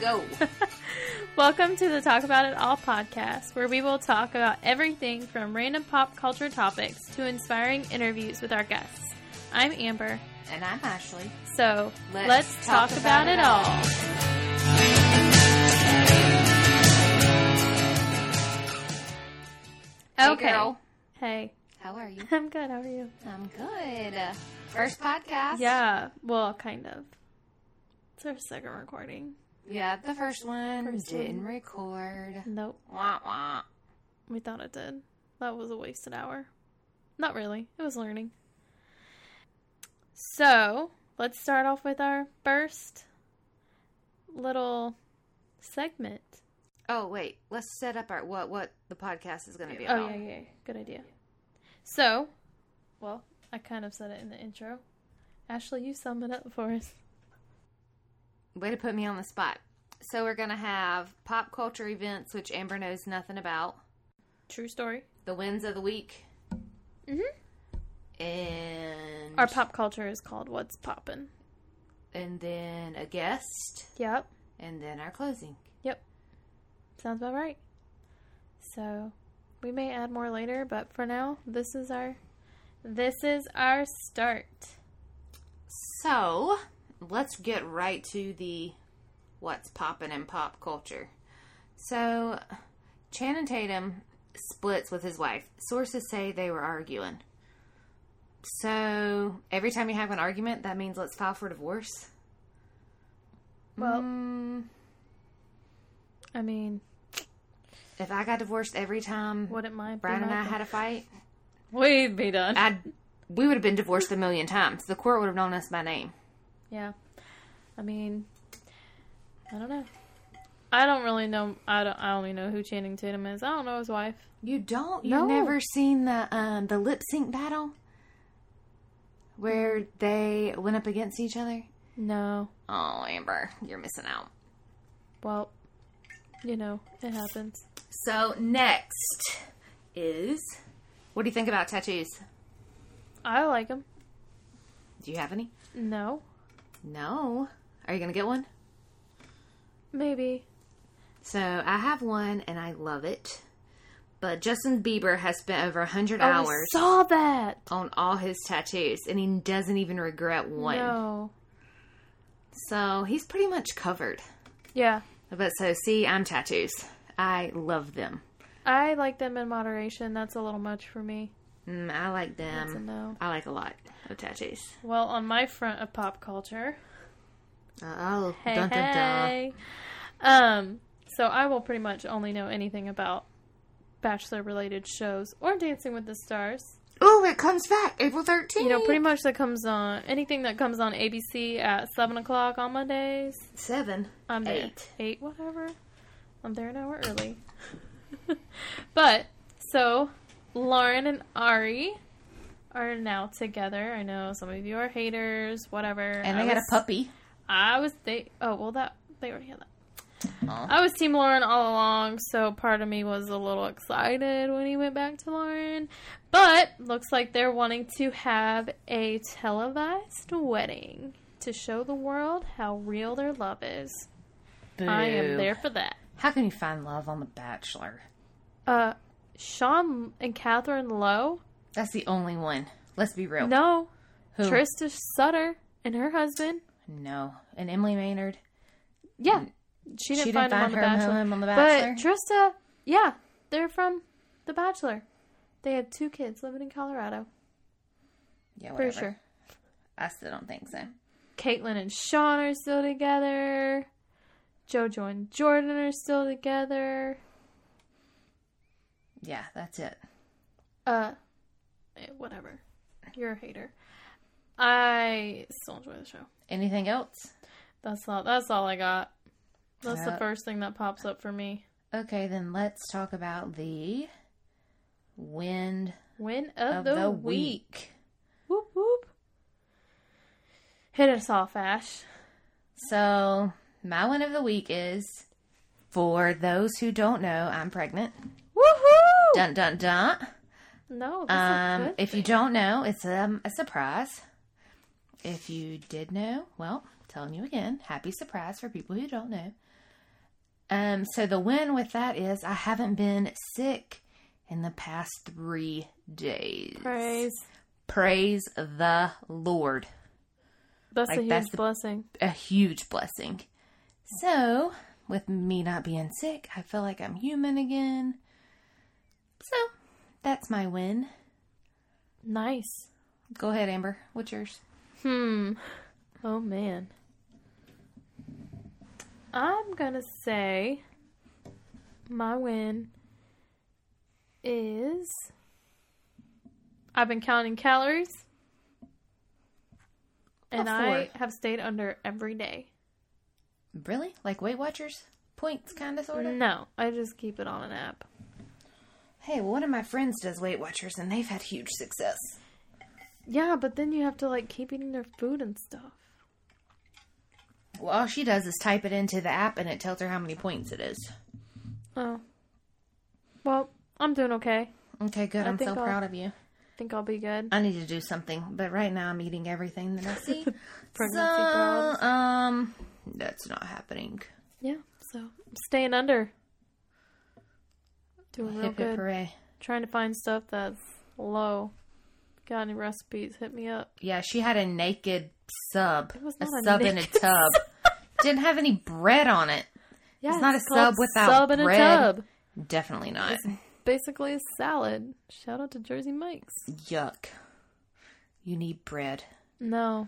go. Welcome to the Talk About It All podcast, where we will talk about everything from random pop culture topics to inspiring interviews with our guests. I'm Amber, and I'm Ashley. so let's, Let's talk, talk about, about it it all. Hey, okay. girl. Hey, How are you? I'm good. How are you? I'm good. First podcast. Yeah, well, kind of. It's our second recording. Yeah, the first one First one. did didn't record. Nope, Wah wah. we thought it did. That was a wasted hour. Not really, it was learning. So, let's start off with our first little segment. Oh wait, let's set up our what what the podcast is going to be Oh, about. yeah, yeah, yeah, good idea. So, well, I kind of said it in the intro. Ashley, you sum it up for us. Way to put me on the spot. So we're going to have pop culture events which Amber knows nothing about, True story. the wins of the week, Mm-hmm. and Our pop culture is called What's Poppin'. and then a guest, Yep. and then our closing. Sounds about right. So, we may add more later, but for now, this is our this is our start. So let's get right to the what's poppin' in pop culture. So Channing Tatum splits with his wife. Sources say they were arguing. So every time you have an argument, that means let's file for divorce. Well- Mm, I mean, if I got divorced every time wouldn't mind. Brian and I had a fight, We'd be done. I'd we would have been divorced a million times. The court would have known us by name. yeah. I mean, I don't know. I don't really know. I don't. I only know who Channing Tatum is. I don't know his wife. You don't? You've No. never seen the um, the lip sync battle where they went up against each other? No. Oh, Amber, you're missing out. Well, you know, it happens. So next is what do you think about tattoos? I like him. Do you have any? No. No. Are you gonna get one? Maybe. So I have one and I love it. But Justin Bieber has spent over Oh, 100 hours I saw that. on all his tattoos and he doesn't even regret one. No. So he's pretty much covered. Yeah. But so, see, I'm tattoos. I love them. I like them in moderation. That's a little much for me. Mm, I like That's a them. no. I like a lot of tattoos. Well, on my front of pop culture, Oh, hey, dun dun dun. hey. Um, so I will pretty much only know anything about bachelor-related shows or Dancing with the Stars. Oh, it comes back April 13th. You know, pretty much that comes on anything that comes on ABC at seven o'clock on Mondays. Seven. I'm there. Eight. Eight, whatever. I'm there an hour early. but so Lauren and Ari are now together. I know some of you are haters, whatever. And I they got a was- puppy. I was they oh well that they already had that. Aw. I was Team Lauren all along, so part of me was a little excited when he went back to Lauren. But looks like they're wanting to have a televised wedding to show the world how real their love is. I am Boo. there for that. How can you find love on The Bachelor? Uh, Sean and Catherine Lowe? That's the only one. Let's be real. No. Who? Trista Sutter and her husband? No. And Emily Maynard. Yeah. She didn't, she find, didn't find him her on The Bachelor. him on The Bachelor. But Trista, yeah, they're from The Bachelor. They have two kids living in Colorado. yeah, For whatever. sure. I still don't think so. Caitlin and Sean are still together. JoJo and Jordan are still together. Yeah, that's it. Uh, eh, whatever. You're a hater. I still enjoy the show. Anything else? That's all. That's all I got. That's the Yep. first thing that pops up for me. Okay, then let's talk about the wind Win of, of the, the week. week. Whoop whoop. Hit us off, Ash. So, my win of the week is for those who don't know, I'm pregnant. Woohoo! Dun dun dun. No, this is Um, good. if you don't know, it's um, a surprise. If you did know, well, telling you again, happy surprise for people who don't know. Um, so the win with that is I haven't been sick in the past three days. Praise. Praise the Lord. That's Like, a huge that's the- blessing. A huge blessing. So, with me not being sick, I feel like I'm human again. So, that's my win. Nice. Go ahead, Amber. What's yours? Hmm. Oh man. I'm gonna say my win is I've been counting calories. And What I for? have stayed under every day. Really? Like Weight Watchers? Points, kind of, sort of? No, I just keep it on an app. Hey, one of my friends does Weight Watchers, and they've had huge success. Yeah, but then you have to like keep eating their food and stuff. Well, all she does is type it into the app, and it tells her how many points it is. Oh. Well, I'm doing okay. Okay, good. I'm so think I'll- proud of you. Think I'll be good. I need to do something, but right now I'm eating everything that I see. Pregnancy problems. so, um, that's not happening. Yeah, so I'm staying under. Doing real Hip hip good. hooray! Trying to find stuff that's low. Got any recipes? Hit me up. Yeah, she had a naked sub, was a not a sub in a naked tub. Didn't have any bread on it. Yeah, not a sub called without sub in bread. a tub. Definitely not. Basically a salad. Shout out to Jersey Mike's. Yuck. You need bread. No,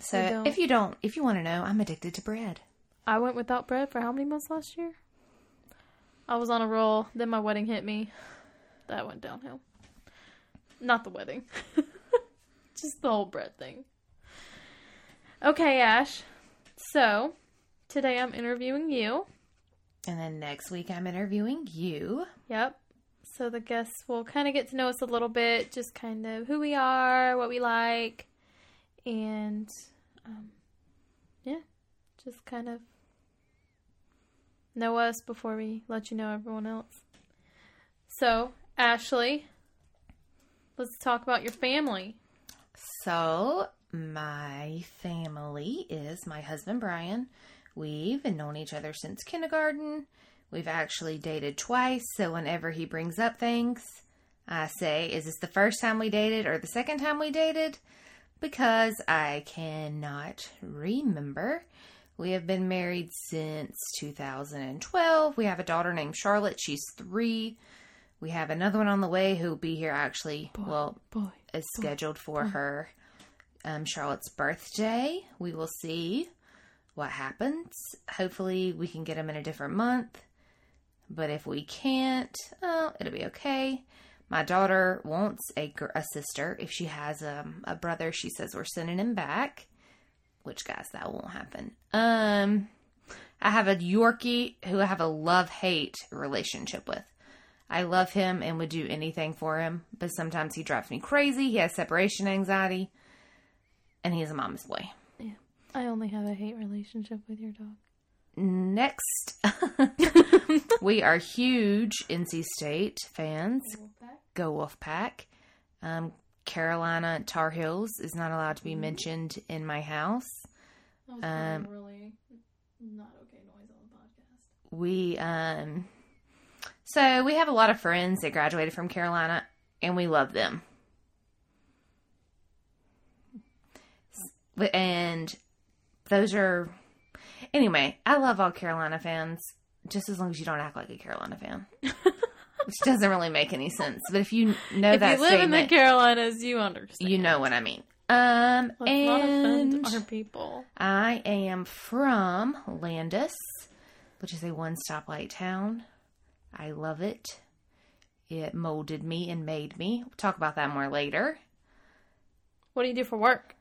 I So don't. if you don't, if you want to know, I'm addicted to bread. I went without bread for how many months last year? I was on a roll. Then my wedding hit me. That went downhill. Not the wedding. Just the whole bread thing. Okay, Ash. So, today I'm interviewing you. And then next week I'm interviewing you. Yep. So the guests will kind of get to know us a little bit, just kind of who we are, what we like, and um, yeah, just kind of know us before we let you know everyone else. So Ashley, let's talk about your family. So, my family is my husband Brian. We've known each other since kindergarten. We've actually dated twice, so whenever he brings up things, I say, Is this the first time we dated or the second time we dated? Because I cannot remember. We have been married since 2012. We have a daughter named Charlotte. She's three. We have another one on the way who'll be here actually. Well, Boy, is scheduled for her um, Charlotte's birthday. We will see what happens. Hopefully, we can get them in a different month. But if we can't, oh, it'll be okay. My daughter wants a, gr- a sister. If she has um, a brother, she says we're sending him back. Which, guys, that won't happen. Um, I have a Yorkie who I have a love hate relationship with. I love him and would do anything for him, but sometimes he drives me crazy. He has separation anxiety, and he's a mama's boy. I only have a hate relationship with your dog. Next, we are huge NC State fans. Go Wolfpack. Um, Carolina Tar Heels is not allowed to be mentioned in my house. That was Um, really not okay noise on the podcast. we um so we have a lot of friends that graduated from carolina and we love them S- and those are anyway i love all carolina fans just as long as you don't act like a carolina fan which doesn't really make any sense but if you know if you that live in the statement Carolinas, you understand. you know what i mean um Let's not and offend our people. I am from Landis, which is a one stoplight town. I love it. It molded me and made me. We'll talk about that more later. What do you do for work?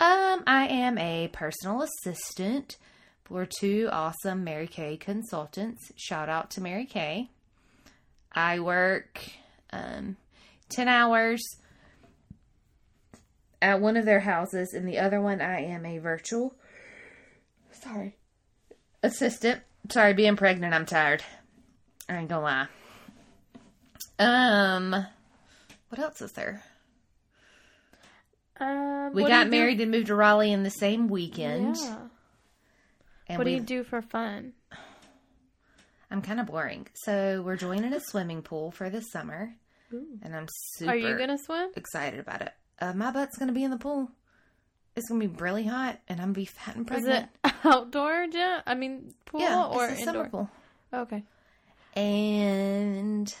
Um, I am a personal assistant for two awesome Mary Kay consultants. Shout out to Mary Kay. I work um, 10 hours at one of their houses, and the other one, I am a virtual. Sorry. Assistant. Sorry, being pregnant, I'm tired. I ain't gonna lie. Um, what else is there? Um, We what do you got do- married and moved to Raleigh in the same weekend. Yeah. And What do we you do for fun? I'm kind of boring. So we're joining a swimming pool for this summer, and I'm super Are you gonna swim? excited about it. Uh, my butt's gonna be in the pool. It's gonna be really hot, and I'm gonna be fat and Is pregnant. it outdoor gym? I mean, pool yeah, or it's a indoor? summer pool. Okay. And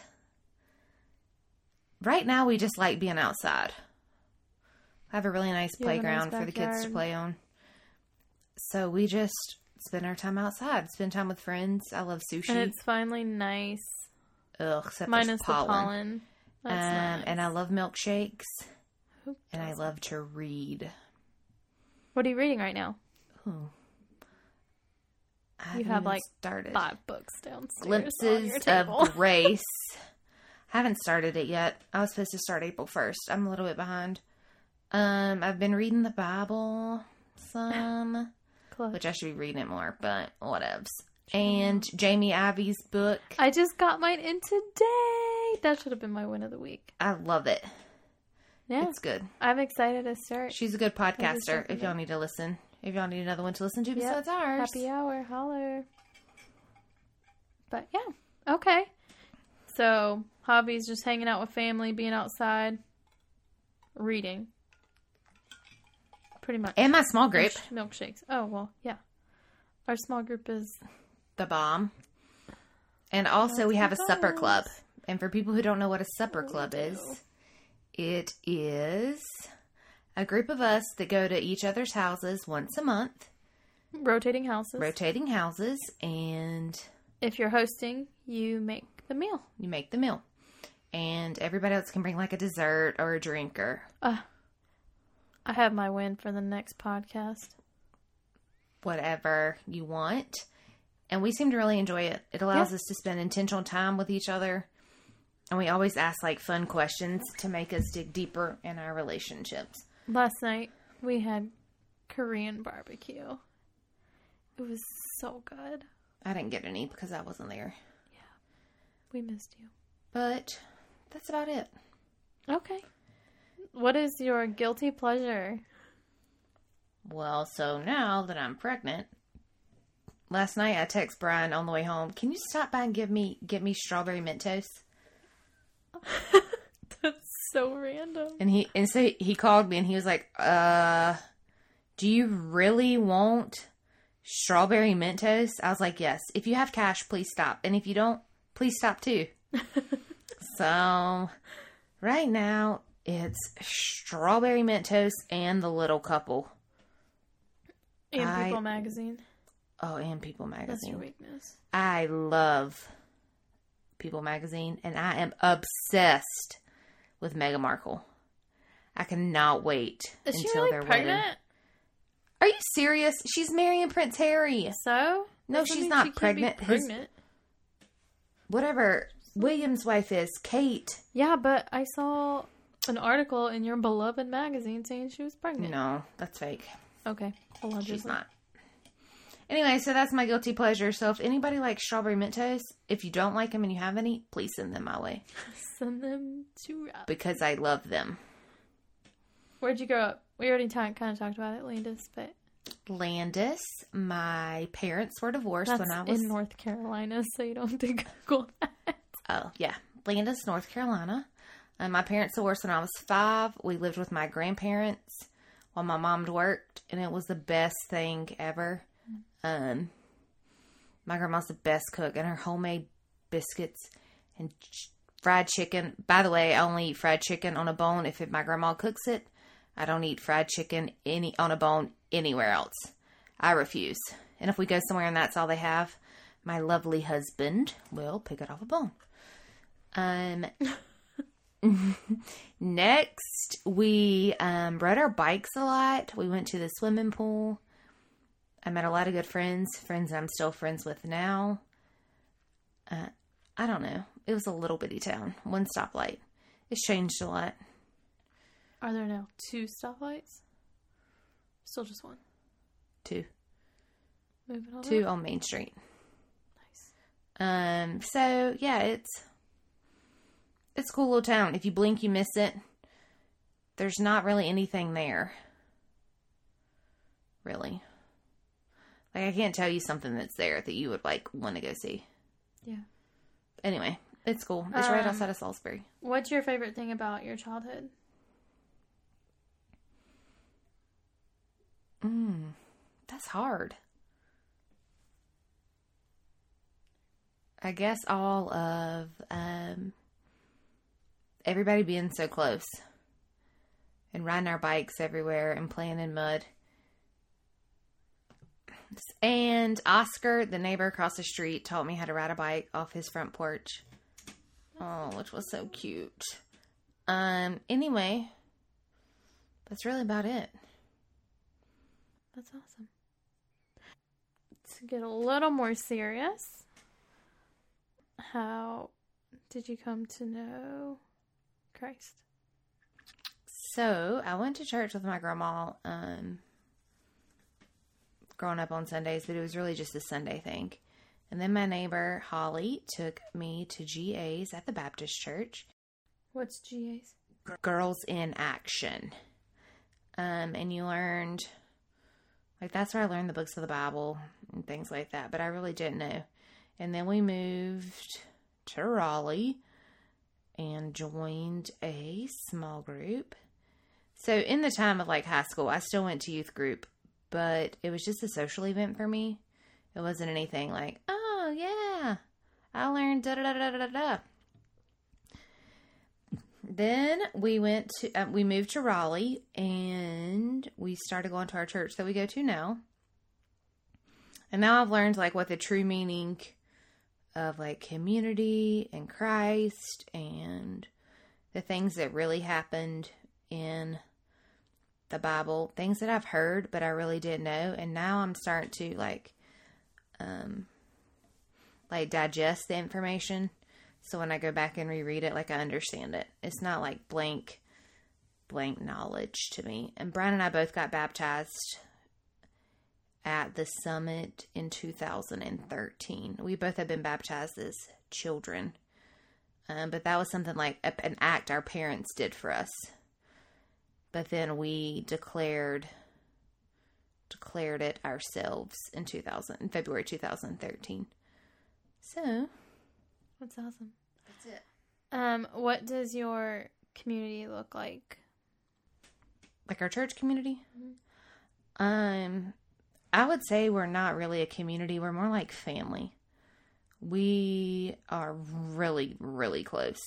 right now, we just like being outside. I have a really nice You have a nice playground for the kids to backyard. play on. So we just spend our time outside, spend time with friends. I love sushi. And it's finally nice. Ugh, except Minus there's pollen. the pollen. Um, That's nice. And I love milkshakes. Who And I does- love to read. What are you reading right now? Ooh. I You haven't have, even like, started. Five books downstairs. on your glimpses table. of grace. I haven't started it yet. I was supposed to start April first. I'm a little bit behind. Um, I've been reading the Bible some, Close. which I should be reading it more, but whatevs. And Jamie Ivy's book. I just got mine in today. That should have been my win of the week. I love it. Yeah, It's good. I'm excited to start. She's a good podcaster. checking If y'all need to listen, if y'all need another one to listen to besides ours, Happy hour, holler. But yeah, okay. So hobbies: just hanging out with family, being outside, reading. Pretty much. and my small group, Milkshakes. Oh well, yeah. Our small group is the bomb. And also, we have a supper Nice. club. And for people who don't know what a supper We club is, do. it is a group of us that go to each other's houses once a month, rotating houses. rotating houses, and if you're hosting, you make the meal. you make the meal. And everybody else can bring like a dessert or a drink or I have my win for the next podcast. whatever you want. And we seem to really enjoy it. It allows Yeah. us to spend intentional time with each other. And we always ask like fun questions to make us dig deeper in our relationships. Last night we had Korean barbecue. It was so good. I didn't get any because I wasn't there. We missed you. But that's about it. Okay. What is your guilty pleasure? Well, so now that I'm pregnant, last night I text Brian on the way home. Can you stop by and give me get me strawberry Mentos? That's so random. And he and so he called me and he was like, "Uh, do you really want strawberry Mentos?" I was like, "Yes. If you have cash, please stop. And if you don't, please stop too." so, right now it's strawberry Mentos and the Little Couple. And I- People magazine. Oh, and People That's your magazine. weakness. I love People magazine and I am obsessed with Meghan Markle. I cannot wait Is she really pregnant? wedding. Are you serious? She's marrying Prince Harry. So No, Doesn't she's mean not she can't be pregnant. His- pregnant. Whatever William's wife is, Kate. Yeah, but I saw an article in your beloved magazine saying she was pregnant. No, that's fake. Okay. Allegedly. She's not. Anyway, so that's my guilty pleasure. So if anybody likes strawberry Mentos, if you don't like them and you have any, please send them my way Send them to Rob. because I love them. Where'd you grow up? We already ta- kind of talked about it, Landis, but Landis, my parents were divorced that's when I was in North Carolina, so you don't have to Google that. Oh, yeah. Landis, North Carolina. Um, my parents divorced when I was five. We lived with my grandparents while my mom worked, and it was the best thing ever. Um, my grandma's the best cook, and her homemade biscuits and ch- fried chicken. By the way, I only eat fried chicken on a bone if it, my grandma cooks it. I don't eat fried chicken any on a bone anywhere else. I refuse. And if we go somewhere and that's all they have, my lovely husband will pick it off a bone. Um, next, we um, rode our bikes a lot. We went to the swimming pool. I met a lot of good friends, friends I'm still friends with now. Uh, I don't know. It was a little bitty town, one stoplight. It's changed a lot. Are there now two stoplights? Still just one. Two, Moving on. two on Main Street. Nice. Um, so yeah, it's it's a cool little town. If you blink, you miss it. There's not really anything there. Really. Like I can't tell you something that's there that you would like want to go see. Yeah. Anyway, it's cool. It's right Um, outside of Salisbury. What's your favorite thing about your childhood? Mm, that's hard. I guess all of um, everybody being so close and riding our bikes everywhere and playing in mud. And Oscar, the neighbor across the street, taught me how to ride a bike off his front porch. Oh, which was so cute. Um, anyway, that's really about it. That's awesome. To get a little more serious, how did you come to know Christ? So I went to church with my grandma um, growing up on Sundays, but it was really just a Sunday thing. And then my neighbor Holly took me to GA's at the Baptist church, What's GA's? Girls in Action. Um, and you learned, like, that's where I learned the books of the Bible and things like that, but I really didn't know. And then we moved to Raleigh and joined a small group. So, in the time of like high school, I still went to youth group, but it was just a social event for me. It wasn't anything like, oh, yeah, I learned da da da da da da. da." Then we went to, uh, we moved to Raleigh and we started going to our church that we go to now. And now I've learned like what the true meaning of like community and Christ and the things that really happened in the Bible, things that I've heard but I really didn't know, and now I'm starting to like um like digest the information. So when I go back and reread it, like I understand it. It's not like blank blank knowledge to me. And Brian and I both got baptized at the summit in 2013. We both have been baptized as children. Um, but that was something like a, an act our parents did for us. But then we declared declared it ourselves in 2000 in February 2013. So, That's awesome. that's it. Um, what does your community look like? like our church community. Um, I would say we're not really a community. We're more like family. We are really, really close.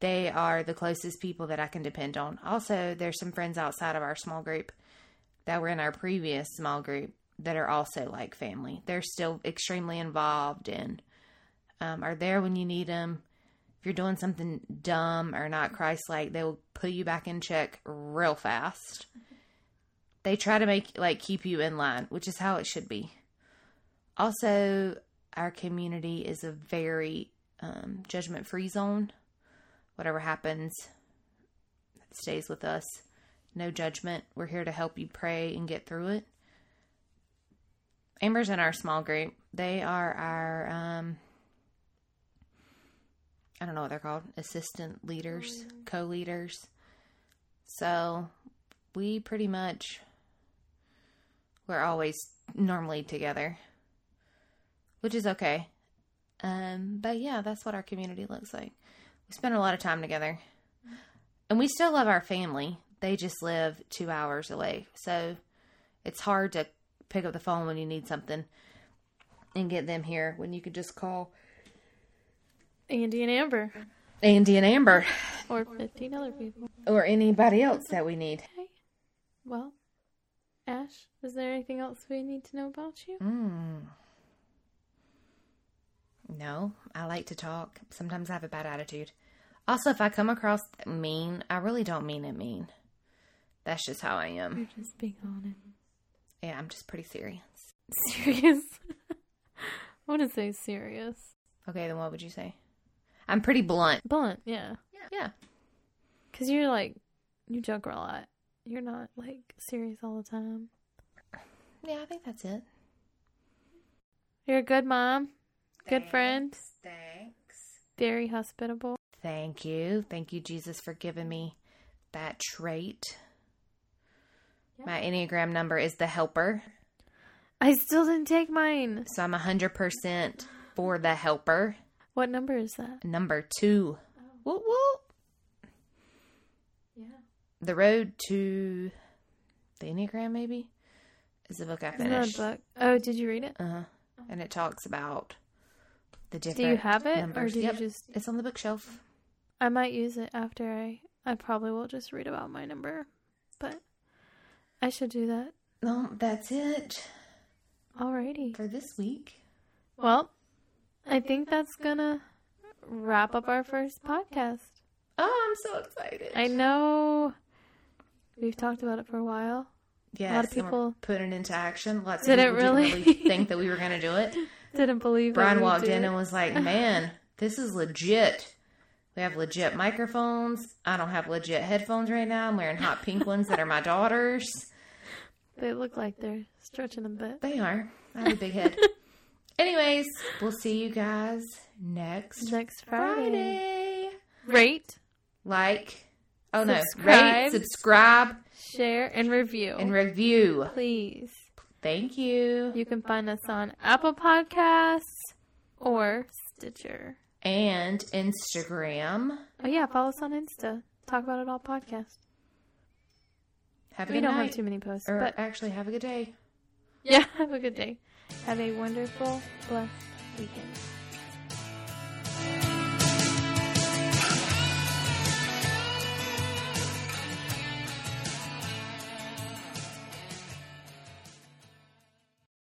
They are the closest people that I can depend on. Also, there's some friends outside of our small group that were in our previous small group that are also like family. They're still extremely involved and um, are there when you need them if you're doing something dumb or not Christ like, they'll put you back in check real fast. They try to make like keep you in line, which is how it should be. Also, our community is a very um, judgment free zone. Whatever happens stays with us. No judgment. We're here to help you pray and get through it. Amber's in our small group. They are our um, I don't know what they're called, assistant leaders, co leaders. So we pretty much we're always normally together. Which is okay. Um, but yeah, that's what our community looks like. We spend a lot of time together. And we still love our family. They just live two hours away. So it's hard to pick up the phone when you need something and get them here when you could just call Andy and Amber, Andy and Amber. or 15 other people. or anybody else that we need. Okay. Well, Ash, is there anything else we need to know about you? Mm. No, I like to talk. Sometimes I have a bad attitude. Also, if I come across mean, I really don't mean it mean. That's just how I am. You're just being honest. Yeah, I'm just pretty serious. Serious? I wouldn't say serious. Okay, then what would you say? I'm pretty blunt. Blunt, yeah. Yeah. Because you're like, you joke a lot. You're not like serious all the time. Yeah, I think that's it. You're a good mom, good friend, Thanks. very hospitable. Thank you. Thank you, Jesus, for giving me that trait. My Enneagram number is the helper. I still didn't take mine. So I'm 100% for the helper. What number is that? Number two. Whoop, whoop. Oh. Yeah. The Road to the Enneagram, maybe, is the book I Isn't that a finished. book? Oh, did you read it? Uh-huh. And it talks about the different Do you have it, or numbers. did Yep. you just? It's on the bookshelf. I might use it after I. I probably will just read about my number, but I should do that. No, that's it Alrighty. for this week. Well, I think that's gonna wrap up our first podcast. Oh, I'm so excited. I know we've talked about it for a while. Yes, lot of and we're people- putting it into action. Lots Did of it people didn't really? really think that we were going to do it. Didn't believe that Brian we walked did in it. and was like, "Man, this is legit. We have legit microphones. I don't have legit headphones right now. I'm wearing hot pink ones that are my daughter's. They look like they're stretching a bit. They are. I have a big head. Anyways, we'll see you guys next Next Friday. Friday. Rate, Like, oh no, Subscribe. Oh. rate, subscribe, share, and review. and review. Please. Thank you. You can find us on Apple Podcasts or Stitcher. And Instagram. Oh yeah, follow us on Insta. Talk about it all podcast. Have a We good don't night. have too many posts, or but actually, have a good day. yeah, have a good day. Have a wonderful, blessed weekend.